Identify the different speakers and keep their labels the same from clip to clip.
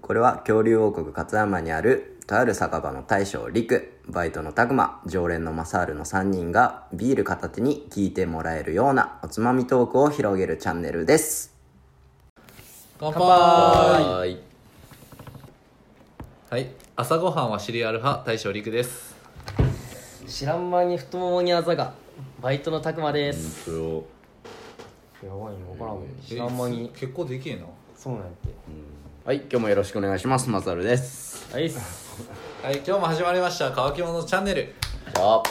Speaker 1: これは恐竜王国勝山にあるとある酒場の大将陸バイトの拓磨常連のマサールの3人がビール片手に聞いてもらえるようなおつまみトークを広げるチャンネルです
Speaker 2: 乾杯
Speaker 1: い
Speaker 2: はい朝ごはんはシリアル派大将陸です
Speaker 3: 知らん間に太ももにあざがバイトのたくまですやばいよ分からんもん知らん間に
Speaker 2: 結構できえな
Speaker 3: そうなんやっ
Speaker 1: はい今日もよろしくお願いしますマサールです
Speaker 3: てはいっす
Speaker 2: はい今日も始まりました乾き物チャンネル
Speaker 1: じゃあ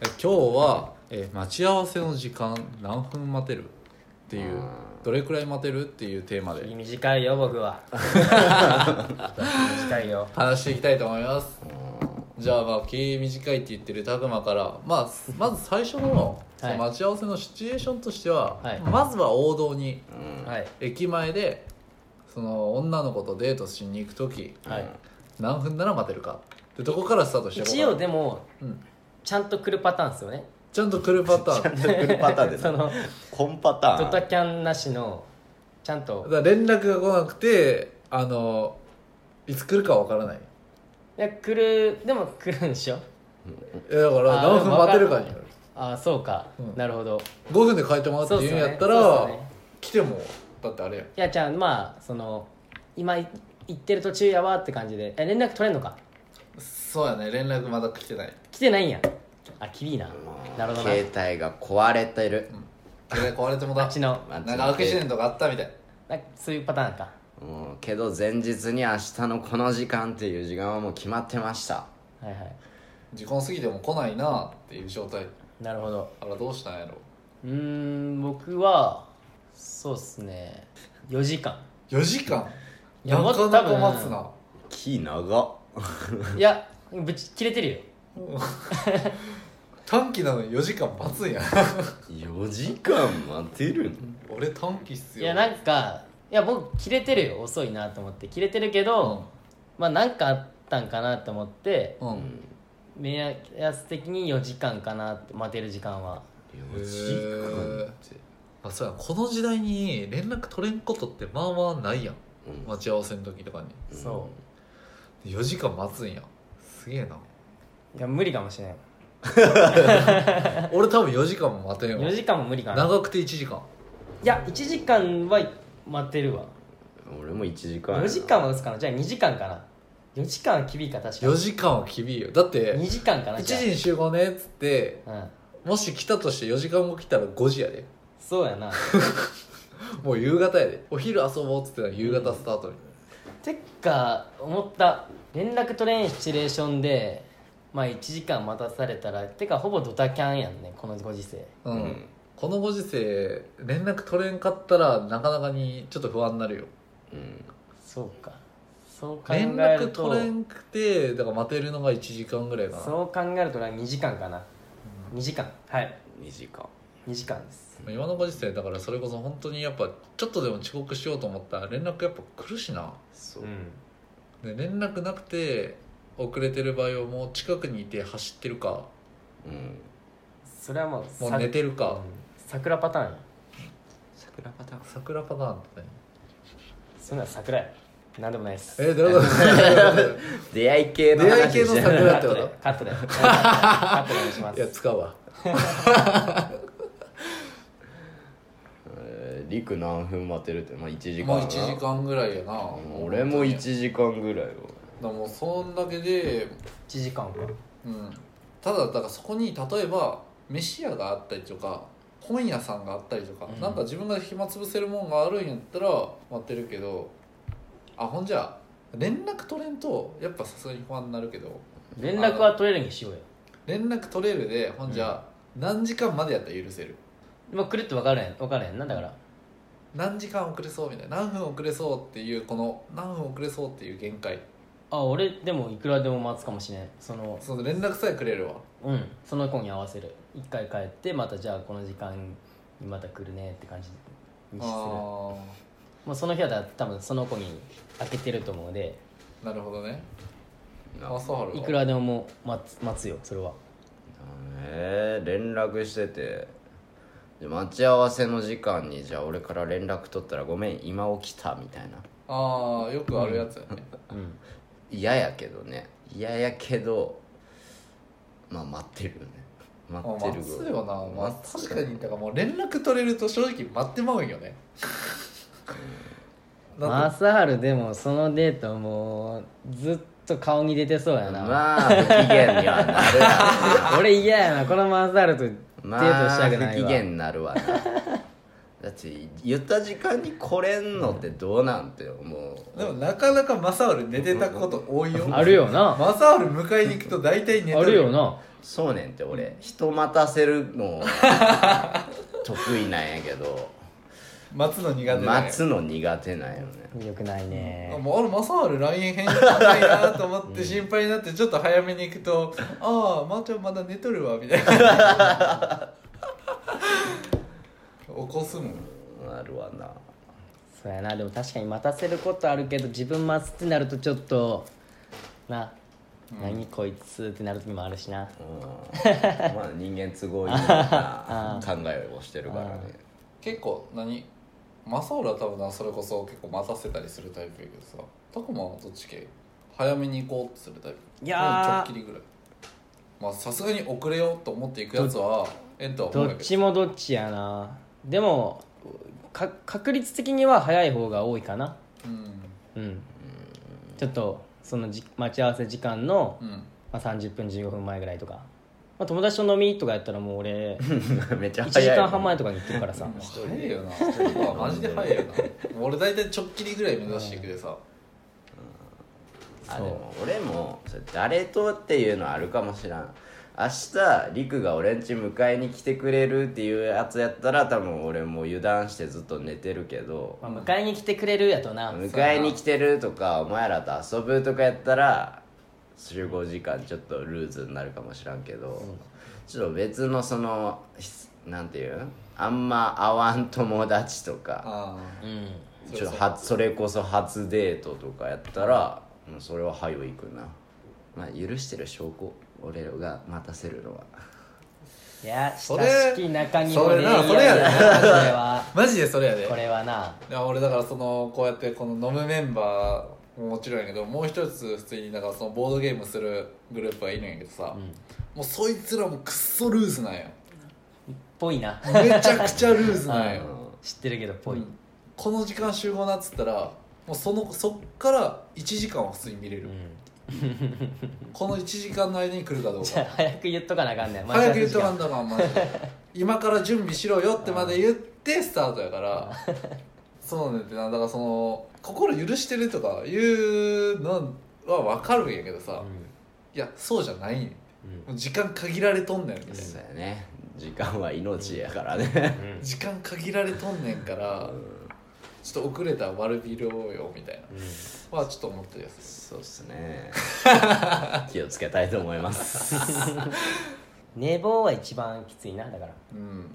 Speaker 2: え今日はえ待ち合わせの時間何分待てるっていうどれくらい待てるっていうテーマで
Speaker 3: 短いよ 僕は短いよ
Speaker 2: 話していきたいと思いますじゃあまあ気短いって言ってる拓磨から、まあ、まず最初のその待ち合わせのシチュエーションとしては、
Speaker 3: はい
Speaker 2: まずは王道に
Speaker 3: はい
Speaker 2: 駅前でその女の子とデートしに行く時
Speaker 3: はい
Speaker 2: 何分なら待てるかでどこからスタートして
Speaker 3: 一応でも
Speaker 2: うん
Speaker 3: ちゃんと来るパターンですよね
Speaker 2: ちゃんと来るパタ ーンだか
Speaker 1: 来るパターン
Speaker 3: その
Speaker 1: コンパタ
Speaker 3: ドタキャンなしのちゃんと
Speaker 2: ら連絡が来なくてあのいつ来るかわからない
Speaker 3: いや来るでも来るんでしょ
Speaker 2: えだから
Speaker 3: あー
Speaker 2: 何分待てるかによる
Speaker 3: ああそうか、
Speaker 2: うん
Speaker 3: なるほど
Speaker 2: 5分で帰ってもらうって
Speaker 3: そうっ
Speaker 2: い
Speaker 3: す
Speaker 2: うん
Speaker 3: よね
Speaker 2: やった
Speaker 3: そう
Speaker 2: ら、
Speaker 3: っすよね
Speaker 2: 来てもだってあれやん
Speaker 3: いやじゃあまあその今い行ってる途中やわって感じでえ連絡取れんのか
Speaker 2: そうやね連絡まだ来てない
Speaker 3: 来てないんやあきびいななるほどな
Speaker 1: 携帯が壊れてる
Speaker 2: 携帯壊れても
Speaker 3: あ
Speaker 2: だ
Speaker 3: っちの
Speaker 2: なんかアクシデントがあったみたい
Speaker 3: なんかそういうパターンか
Speaker 1: うんけど前日に明日のこの時間っていう時間はもう決まってました
Speaker 3: はいはい
Speaker 2: 時間過ぎても来ないなっていう状態
Speaker 3: なるほど
Speaker 2: あらどうしたんやろ
Speaker 3: うーん僕はそうっすね4時 間
Speaker 2: 4時間
Speaker 3: いや
Speaker 2: なかなか待つな
Speaker 1: キー長っ
Speaker 3: いやぶち切れてるよ
Speaker 2: 短期なのに4時間待つん や
Speaker 1: 4時間待てるの
Speaker 2: 俺短期っす
Speaker 3: い
Speaker 2: よ
Speaker 3: やなんかいや僕切れてるよ遅いなと思って切れてるけど、まあなんかあったんかなと思って
Speaker 2: うん、うん
Speaker 3: 目安的に4時間かなって待てる時間は
Speaker 1: 4時間って
Speaker 2: まあ、そうやこの時代に連絡取れんことってまあまあないやん
Speaker 1: うん
Speaker 2: 待ち合わせの時とか
Speaker 3: そ
Speaker 2: に4時間待つんやすげえ な
Speaker 3: ういや無理かもしれん
Speaker 2: 俺多分4時間も待てん
Speaker 3: 4
Speaker 2: よ
Speaker 3: 時間も無理かない
Speaker 2: 長くて1時間
Speaker 3: や1時間は待てるわ
Speaker 1: 俺も1時間やな
Speaker 3: 4時間は打つかなじゃあ2時間かな4時間は厳いか確か
Speaker 2: 4時間は厳いよだって
Speaker 3: 2時間かな
Speaker 2: 1
Speaker 3: じゃあ
Speaker 2: 時に集合ねっつって
Speaker 3: うん
Speaker 2: もし来たとして4時間後来たら5時やで
Speaker 3: そうやな
Speaker 2: もう夕方やでお昼遊ぼうっつってたら夕方スタートに、
Speaker 3: てっか思った連絡取れんシチュエーションでまあ1時間待たされたらてかほぼドタキャンやんねこのご時世
Speaker 2: うん
Speaker 1: うん
Speaker 2: このご時世連絡取れんかったらなかなかにちょっと不安になるよ
Speaker 1: うん
Speaker 3: そうかそう考
Speaker 2: 連
Speaker 3: え
Speaker 2: 絡
Speaker 3: ると
Speaker 2: 取れんくてだから待てるのが1時間ぐらいかな
Speaker 3: そう考えると2時間かな2時間はい
Speaker 1: 2時間
Speaker 3: 2時間です
Speaker 2: まあ今のご時世だからそれこそ本当にやっぱちょっとでも遅刻しようと思ったら連絡やっぱ来るしな
Speaker 1: そううん
Speaker 2: で連絡なくて遅れてる場合はもう近くにいて走ってるか
Speaker 1: うん
Speaker 3: それはもう
Speaker 2: もう
Speaker 3: さ
Speaker 2: 寝てるか
Speaker 3: うん桜パターンや
Speaker 1: 桜パターン
Speaker 2: 桜パターンってね
Speaker 3: そんなん桜やなんでもないです
Speaker 2: えどういうこと
Speaker 1: 出会い系の
Speaker 2: 出会い系の
Speaker 1: 話じゃん
Speaker 2: 桜ってこ
Speaker 3: カット
Speaker 2: と
Speaker 3: でカットで カットでお願いしま
Speaker 2: いや
Speaker 3: す
Speaker 2: 使うわ
Speaker 1: えーりく何分待てるってまあ1時間
Speaker 2: もう
Speaker 1: な
Speaker 2: 1時間ぐらいやな
Speaker 1: うん俺も1
Speaker 2: だか
Speaker 1: 時間ぐらいよ
Speaker 2: らもうそんだけで
Speaker 3: 1時間か
Speaker 2: うんただだからそこに例えば飯屋があったりとか本屋さんがあったりとか、
Speaker 3: うん
Speaker 2: なんか自分が暇つぶせるもんがあるんやったら待ってるけどあほんじゃ連絡取れんとやっぱさすがに不安になるけど
Speaker 3: 連絡は取れるにしようよ
Speaker 2: 連絡取れるでほんじゃ、何時間までやったら許せる
Speaker 3: まあ、来るって分からへん分からへんなんだから
Speaker 2: 何時間遅れそうみたいな何分遅れそうっていうこの何分遅れそうっていう限界
Speaker 3: あ俺でもいくらでも待つかもしれんその
Speaker 2: その連絡さえくれるわ
Speaker 3: うんその子に合わせる一回帰ってまたじゃあこの時間にまた来るねって感じにするも
Speaker 2: あ
Speaker 3: うその日はだ多分その子に開けてると思うので
Speaker 2: あなるほどね
Speaker 1: な
Speaker 2: 朝原はい
Speaker 3: くらでももう待つ待つよそれは
Speaker 1: えー連絡しててで待ち合わせの時間にじゃあ俺から連絡取ったらごめん今起きたみたいな
Speaker 2: ああよくあるやつやね、
Speaker 3: うん
Speaker 1: 嫌やけどね嫌やけどまあ待ってるよね待
Speaker 2: まあ
Speaker 1: ってる
Speaker 2: 待つよな、まあ、
Speaker 1: 待つ
Speaker 2: 確かにだからもう連絡取れると正直待ってまうんよ ねだ
Speaker 3: マ
Speaker 2: って
Speaker 3: サハルでもそのデートもうずっと顔に出てそうやな、
Speaker 1: まあ不機嫌にはなるやろ
Speaker 3: 俺嫌やなこのマサハルとデー トしたく
Speaker 1: まあ不
Speaker 3: ない
Speaker 1: 機
Speaker 3: わ、
Speaker 1: 嫌になるわなだって言った時間に来れんのってどうなんて思う
Speaker 2: でもなかなかマサオル寝てたこと多いよ
Speaker 3: あるよ な
Speaker 2: マサオル迎えに行くと大体寝て
Speaker 3: あるよな
Speaker 1: そうねんって俺人待たせるの得意なんやけど
Speaker 2: 待つの苦手だね
Speaker 1: 待つの苦手なんよね
Speaker 3: よくないね
Speaker 2: あもうあれマサール LINE 返事来ないなと思って心配になってちょっと早めに行くと「ああまー、ちゃんまだ寝とるわ」みたいな 起こすもん
Speaker 1: なるわな
Speaker 3: そうやなでも確かに待たせることあるけど自分待つってなるとちょっとな、何こいつってなる時もあるしな
Speaker 1: うん まあ人間都合いいような考えをしてるからね
Speaker 2: 結構何マサオルは多分なそれこそ結構待たせたりするタイプやけどさタコマはどっち系早めに行こうってするタイプ
Speaker 3: いやー
Speaker 2: もうちょっきりぐらいまあさすがに遅れようと思って行くやつはえんとは思う
Speaker 3: ど
Speaker 2: んや
Speaker 3: っ
Speaker 2: けど
Speaker 3: ちもどっちやなでもか確率的には早い方が多いかな
Speaker 2: うん
Speaker 3: うんちょっとそのじ待ち合わせ時間の、
Speaker 2: うん
Speaker 3: まあ、30分15分前ぐらいとか、まあ、友達と飲みとかやったらもう俺
Speaker 1: めっちゃ
Speaker 3: 1
Speaker 1: 早い
Speaker 3: 時間半前とかに行ってるからさ
Speaker 2: もう早いよなまあマジで早いよな俺大体ちょっきりぐらい目指していくでさ
Speaker 1: あでも俺もそれ誰とっていうのはあるかもしらん明日陸が俺ん家迎えに来てくれるっていうやつやったら多分俺もう油断してずっと寝てるけど
Speaker 3: まあ、迎えに来てくれるやとな
Speaker 1: 迎えに来てるとかお前らと遊ぶとかやったら集合時間ちょっとルーズになるかもしらんけど、ちょっと別のそのひなんていうんあんま会わん友達とか
Speaker 2: ああ
Speaker 3: うん
Speaker 1: ちょっとはそれこそ初デートとかやったらもうそれは早いくな、まあ、許してる証拠俺が待たせるのはい
Speaker 3: や
Speaker 2: それ
Speaker 3: 親しき中にも
Speaker 2: そ
Speaker 3: ね
Speaker 2: れなそれや
Speaker 3: や
Speaker 2: で
Speaker 3: それ は
Speaker 2: マジでそれやで
Speaker 3: これはない
Speaker 2: や俺だからそのこうやってこの飲むメンバーももちろんやけどもう一つ普通にだからそのボードゲームするグループがいるんやけどさ、もうそいつらもくっそルーズなんよ
Speaker 3: ぽいな
Speaker 2: めちゃくちゃルーズなんよ、
Speaker 3: 知ってるけどぽい、
Speaker 2: うんこの時間集合なっつったらもうそのそっから1時間は普通に見れる、この1時間の間に来るかどう
Speaker 3: じゃあ
Speaker 2: か
Speaker 3: 早く言っとかなあかんねん
Speaker 2: 早く言っとかん
Speaker 3: ん
Speaker 2: だからマジで 今から準備しろよってまで言ってスタートやからそうなんだってなだからその心許してるとかいうのは分かるんやけどさ、いやそうじゃないんよもう時間限られとんねんみたいな、
Speaker 1: そうやね時間は命やからね、
Speaker 2: 時間限られとんねんから、ちょっと遅れたら悪びろうよみたいな、はちょっと思ってるやつ
Speaker 1: そうっすね気をつけたいと思います
Speaker 3: 寝坊は一番きついなだから
Speaker 2: うん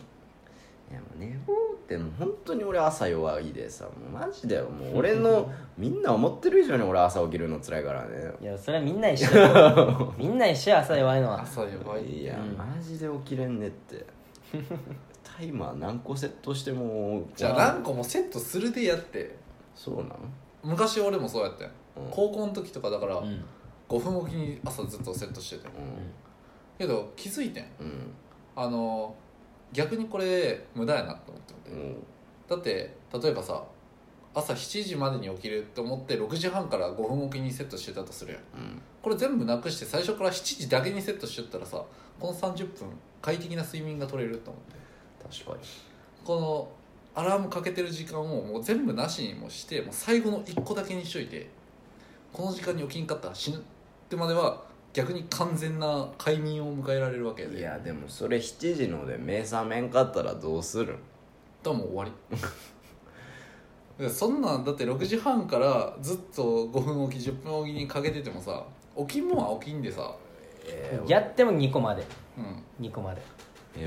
Speaker 1: いやもう寝坊ってもう本当に俺朝弱いでさもうマジでもう俺のみんな思ってる以上に俺朝起きるの辛いからね
Speaker 3: いやそれはみんな一 緒よみんな一緒や朝弱いのは
Speaker 2: 朝やばい
Speaker 1: いや、マジで起きれんねってタイマー何個セットしても
Speaker 2: じゃあ何個もセットするでやって
Speaker 1: そうなん
Speaker 2: 昔俺もそうやったよ、
Speaker 1: うん
Speaker 2: 高校の時とかだから、
Speaker 3: うん
Speaker 2: 5分おきに朝ずっとセットしてて
Speaker 1: う
Speaker 2: けど気づいてん
Speaker 1: んうん
Speaker 2: あの逆にこれ無駄やなと思ってて、
Speaker 1: うん
Speaker 2: だって例えばさ朝7時までに起きると思って6時半から5分おきにセットしてたとするやん
Speaker 1: うん
Speaker 2: これ全部なくして最初から7時だけにセットしてったらさこの30分快適な睡眠が取れると思って
Speaker 1: 確かに
Speaker 2: このアラームかけてる時間をもう全部なしにもしてもう最後の1個だけにしといてこの時間に起きんかったら死ぬってまでは逆に完全な快眠を迎えられるわけで
Speaker 1: いやでもそれ7時ので目覚めんかったらどうするん
Speaker 2: だからもう終わり いやそんなんだって6時半からずっと5分おき10分おきにかけててもさ起きんもんは起きんでさ、
Speaker 3: やっても2個まで
Speaker 2: うん、
Speaker 3: 2個まで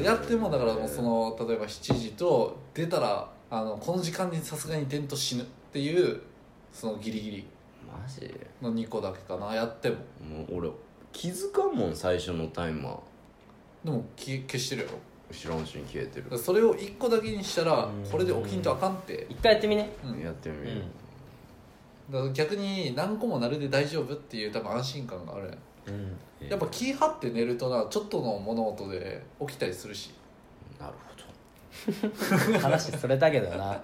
Speaker 2: やってもだからもうその例えば7時と出たらあのこの時間にさすがに点と死ぬっていうそのギリギリ
Speaker 1: マジ
Speaker 2: の2個だけかなやっても
Speaker 1: もう俺気づかんもん最初のタイマー
Speaker 2: でも消消してるやろ
Speaker 1: 後ろの人に消えてる
Speaker 2: だからそれを1個だけにしたら
Speaker 3: うん
Speaker 2: これで起きんとあかんって
Speaker 3: 1回やってみね
Speaker 2: うん
Speaker 1: やってみる
Speaker 3: うん
Speaker 2: だから逆に何個も慣れて大丈夫っていう多分安心感があるやん
Speaker 3: うん
Speaker 2: やっぱ気張って寝るとなちょっとの物音で起きたりするし
Speaker 1: なるほど
Speaker 3: 話それだけど な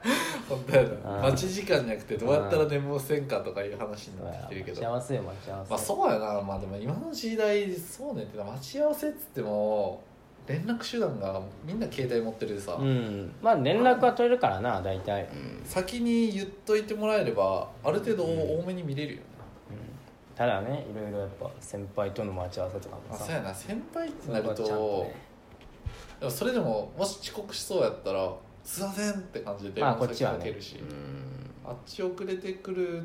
Speaker 2: 本当やな
Speaker 3: あー
Speaker 2: 待ち時間じゃなくてどうやったら寝坊せんかとかいう話になってきてるけど
Speaker 3: 幸せよ待ち合わせ
Speaker 2: まあそうやなまあでも今の時代そうねってな待ち合わせっつっても連絡手段がみんな携帯持ってるでさ、
Speaker 3: うんまあ連絡は取れるからな大体
Speaker 2: 先に言っといてもらえればある程度多めに見れるよね、
Speaker 3: ただねいろいろやっぱ先輩との待ち合わせとかも
Speaker 2: まあ、そう
Speaker 3: さ
Speaker 2: やな先輩って
Speaker 3: そ
Speaker 2: な
Speaker 3: れ
Speaker 2: る
Speaker 3: は
Speaker 2: と
Speaker 3: ちゃんとね
Speaker 2: でもそれでももし遅刻しそうやったら「すいません」って感じで電
Speaker 3: まあこ
Speaker 2: 話
Speaker 3: っ
Speaker 2: 先
Speaker 3: ちは
Speaker 2: か
Speaker 3: ね
Speaker 2: けるし、
Speaker 1: うん
Speaker 2: あっち遅れてくる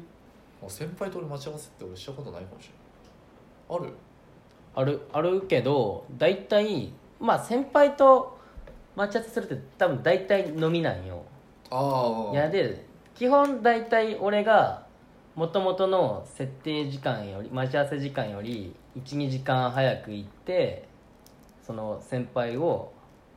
Speaker 2: もう先輩と俺待ち合わせって俺したことないかもしれないある
Speaker 3: あるあるけど大体まあ先輩と待ち合わせするって多分大体飲みなんよ
Speaker 2: あ
Speaker 3: いやで基本大体俺がもともとの設定時間より待ち合わせ時間より12時間早く行ってその先輩を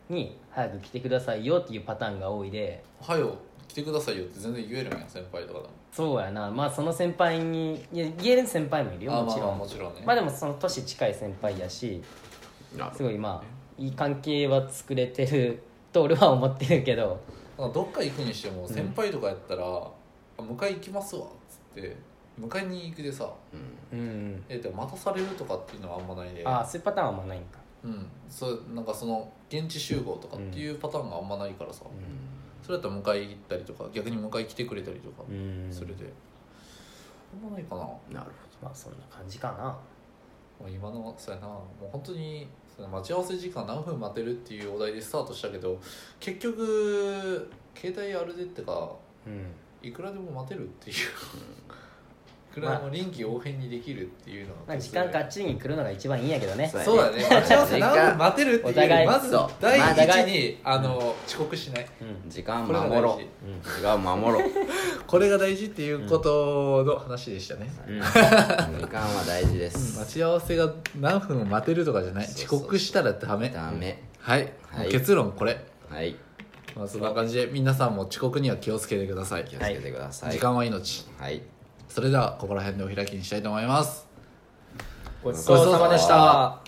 Speaker 3: に早く来てくださいよっていうパターンが多いで
Speaker 2: おはよう来てくださいよって全然言えるんや先輩とかでも
Speaker 3: そうやなまあその先輩にいや言える先輩もいるよ
Speaker 2: あー
Speaker 3: もち
Speaker 2: ま
Speaker 3: ろ
Speaker 2: あまあ
Speaker 3: ん
Speaker 2: もちろんね、
Speaker 3: まあでもその年近い先輩やし
Speaker 1: なるほ
Speaker 3: す
Speaker 1: ど
Speaker 3: ごいまあいい関係は作れ てると俺は思ってるけど
Speaker 2: なんかどっか行くにしても先輩とかやったら「迎え行きますわ」っつって迎えに行くでさ
Speaker 1: うん
Speaker 3: うん
Speaker 2: えでも待たされるとかっていうのはあんまないで
Speaker 3: ああそういうパターンはあんまないんか
Speaker 2: うんそうなんかその現地集合とかっていうパターンがあんまないからさ、それだったら迎え行ったりとか逆に迎え来てくれたりとか
Speaker 3: うん
Speaker 2: するで、あんまないかなも
Speaker 1: うんなる
Speaker 3: まあそんな感じかな
Speaker 2: う今のそうやなもう本当にその待ち合わせ時間何分待てるっていうお題でスタートしたけど結局携帯あれでってか
Speaker 3: うん
Speaker 2: いくらでも待てるっていういくらでも臨機応変にできるっていうのが、
Speaker 3: なんか時間かっちりに来るのが一番いいんやけどね
Speaker 1: そう
Speaker 2: そうだね待ち合わせ何分待てるって
Speaker 3: お
Speaker 2: い
Speaker 3: 互
Speaker 2: う
Speaker 3: い
Speaker 2: まず
Speaker 1: そう
Speaker 2: 第
Speaker 1: まあ
Speaker 2: 一
Speaker 3: 互
Speaker 2: にあの遅刻しない
Speaker 3: うん
Speaker 1: ほど時間
Speaker 2: これが
Speaker 1: 守
Speaker 2: 大
Speaker 1: ろ
Speaker 2: 事
Speaker 1: う時間守ろう
Speaker 2: これが大事っていうことの話でしたね、
Speaker 1: うん時間は大事で
Speaker 2: 待
Speaker 1: す
Speaker 2: ち合わせが何分待てるとかじゃない
Speaker 1: そうそ
Speaker 2: 遅
Speaker 1: う
Speaker 2: 刻したらダメ
Speaker 1: ダメ
Speaker 2: はい、
Speaker 1: はい
Speaker 2: もう結論これ、
Speaker 1: はい
Speaker 2: まあ、そんな感じで皆さんも遅刻には気をつけてください、
Speaker 1: 気をつけてください
Speaker 2: 時間は命
Speaker 1: はい
Speaker 2: それではここら辺でお開きにしたいと思います
Speaker 3: ご
Speaker 2: ちそうさまでした